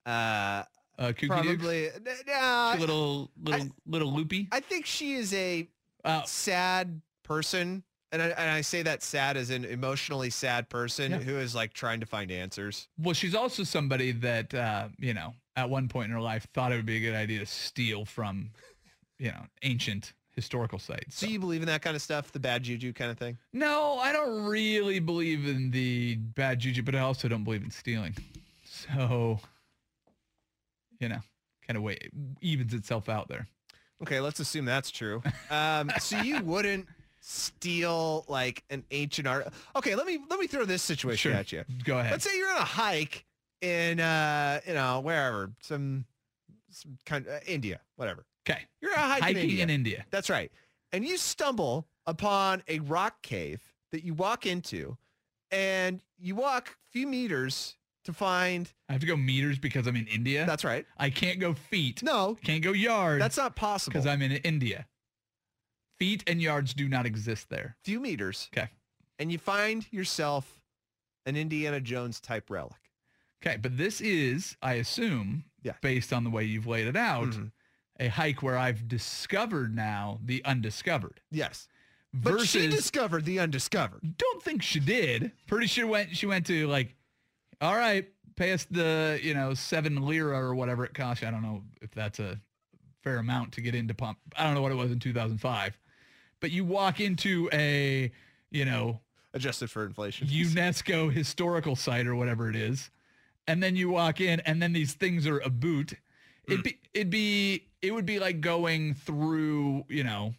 Speaker 4: uh,
Speaker 3: Uh, kooky dukes?
Speaker 4: probably, nah,
Speaker 3: She little little little loopy.
Speaker 4: I think she is a
Speaker 3: Uh,
Speaker 4: sad person. And I, and I say that sad as an emotionally sad person
Speaker 3: Yeah.
Speaker 4: who is like trying to find answers.
Speaker 3: well, she's also somebody that uh, you know at one point in her life thought it would be a good idea to steal from, you know, ancient historical sites.
Speaker 4: So
Speaker 3: So-
Speaker 4: you believe in that kind of stuff, the bad juju kind of thing?
Speaker 3: No, I don't really believe in the bad juju, but I also don't believe in stealing. So, you know, kind of way evens itself out there.
Speaker 4: Okay, let's assume
Speaker 3: *laughs*
Speaker 4: that's true. Um, so you wouldn't steal like an ancient art. Okay, let me let me throw this situation at you.
Speaker 3: Go ahead.
Speaker 4: Let's say you're on a hike in uh, you know wherever some some kind uh, India, whatever.
Speaker 3: Okay.
Speaker 4: You're on a hike
Speaker 3: Hiking
Speaker 4: in India.
Speaker 3: in India.
Speaker 4: That's right. And you stumble upon a rock cave that you walk into and you walk a few meters to find
Speaker 3: I have to go meters because I'm in India.
Speaker 4: that's right.
Speaker 3: *laughs* I can't go feet.
Speaker 4: No,
Speaker 3: Can't go yards.
Speaker 4: that's not possible.
Speaker 3: because I'm in India. Feet and yards do not exist there.
Speaker 4: few meters.
Speaker 3: Okay.
Speaker 4: And you find yourself an Indiana Jones type relic.
Speaker 3: Okay, but this is, I assume,
Speaker 4: Yeah.
Speaker 3: based on the way you've laid it out,
Speaker 4: Mhm.
Speaker 3: a hike where I've discovered now the undiscovered.
Speaker 4: Yes. But
Speaker 3: Versus,
Speaker 4: she discovered the undiscovered.
Speaker 3: don't think she did. Pretty sure went she went to like, all right, pay us the you know seven lira or whatever it costs. you." I don't know if that's a fair amount to get into pump. I don't know what it was in 2005, but you walk into a you know
Speaker 4: Adjusted for inflation.
Speaker 3: UNESCO historical site or whatever it is, and then you walk in, and then these things are a boot. It'd be, it'd be, it would be like going through, you know,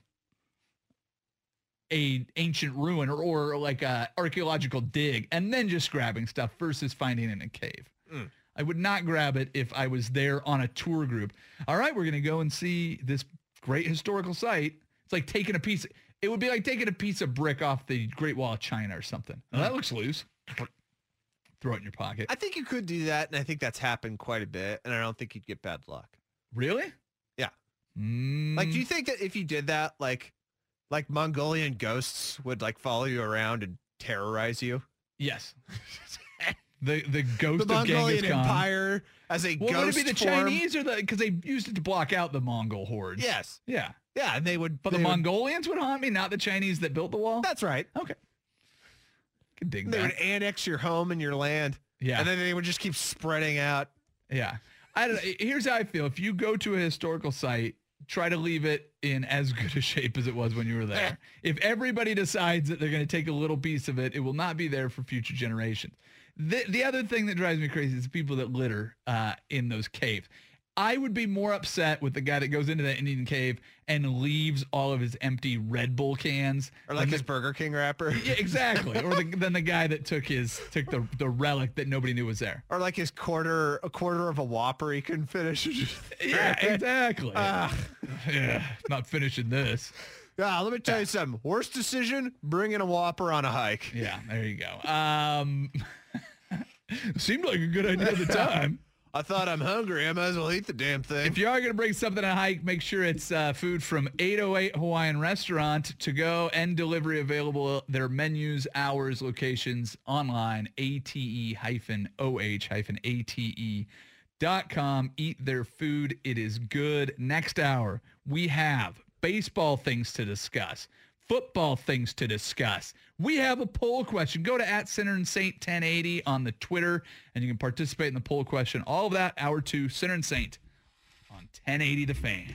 Speaker 3: a ancient ruin or, or like a archaeological dig, and then just grabbing stuff versus finding it in a cave.
Speaker 4: Mm.
Speaker 3: I would not grab it if I was there on a tour group. All right, we're gonna go and see this great historical site. It's like taking a piece. It would be like taking a piece of brick off the Great Wall of China or something. Now,
Speaker 4: Hmm.
Speaker 3: that looks loose. Throw it in your pocket.
Speaker 4: I think you could do that, and I think that's happened quite a bit, and I don't think you'd get bad luck.
Speaker 3: Really? Mm,
Speaker 4: Yeah. Like,
Speaker 3: Mm-hmm.
Speaker 4: do you think that if you did that, like, like Mongolian ghosts would like follow you around and terrorize you?
Speaker 3: Yes. *laughs* the the ghost
Speaker 4: the
Speaker 3: of Genghis
Speaker 4: Mongolian
Speaker 3: Khan.
Speaker 4: Empire as a
Speaker 3: Well,
Speaker 4: ghost
Speaker 3: would it be the
Speaker 4: form?
Speaker 3: Chinese or the because they used it to block out the Mongol hordes?
Speaker 4: Yes.
Speaker 3: Yeah.
Speaker 4: Yeah, and they would.
Speaker 3: But the
Speaker 4: they would-
Speaker 3: Mongolians would haunt me, not the Chinese that built the wall.
Speaker 4: That's right.
Speaker 3: Okay. Can dig
Speaker 4: They
Speaker 3: that.
Speaker 4: would annex your home and your land.
Speaker 3: Yeah.
Speaker 4: And then they would just keep spreading out.
Speaker 3: Yeah. I don't here's how I feel. If you go to a historical site, try to leave it in as *laughs* good a shape as it was when you were there.
Speaker 4: *laughs*
Speaker 3: if everybody decides that they're going to take a little piece of it, it will not be there for future generations. The, the other thing that drives me crazy is people that litter uh, in those caves. I would be more upset with the guy that goes into that Indian cave and leaves all of his empty Red Bull cans
Speaker 4: Or like
Speaker 3: than
Speaker 4: his Burger King wrapper.
Speaker 3: the- yeah, exactly. or the, than the guy that took his took the, the relic that nobody knew was there.
Speaker 4: *laughs* Or like his quarter, a quarter of a Whopper he
Speaker 3: *laughs*
Speaker 4: couldn't finish. *laughs*
Speaker 3: Yeah, exactly.
Speaker 4: Ah.
Speaker 3: yeah, not finishing this.
Speaker 4: Yeah, let me tell you something. Worst decision, bringing a Whopper on a hike.
Speaker 3: Yeah, there you go. Um, *laughs* seemed like a good idea at the time.
Speaker 4: I thought I'm hungry. I might as well eat the damn thing.
Speaker 3: If you are going to bring something on a hike, make sure it's uh, food from 808 Hawaiian Restaurant to go and delivery available. Their menus, hours, locations online, E ate-oh-ate.com. E Eat their food. It is good. Next hour, we have baseball things to discuss, football things to discuss. We have a poll question. Go to at Center and Saint 1080 on the Twitter, and you can participate in the poll question. All of that, hour two, Center and Saint on 1080 The Fan.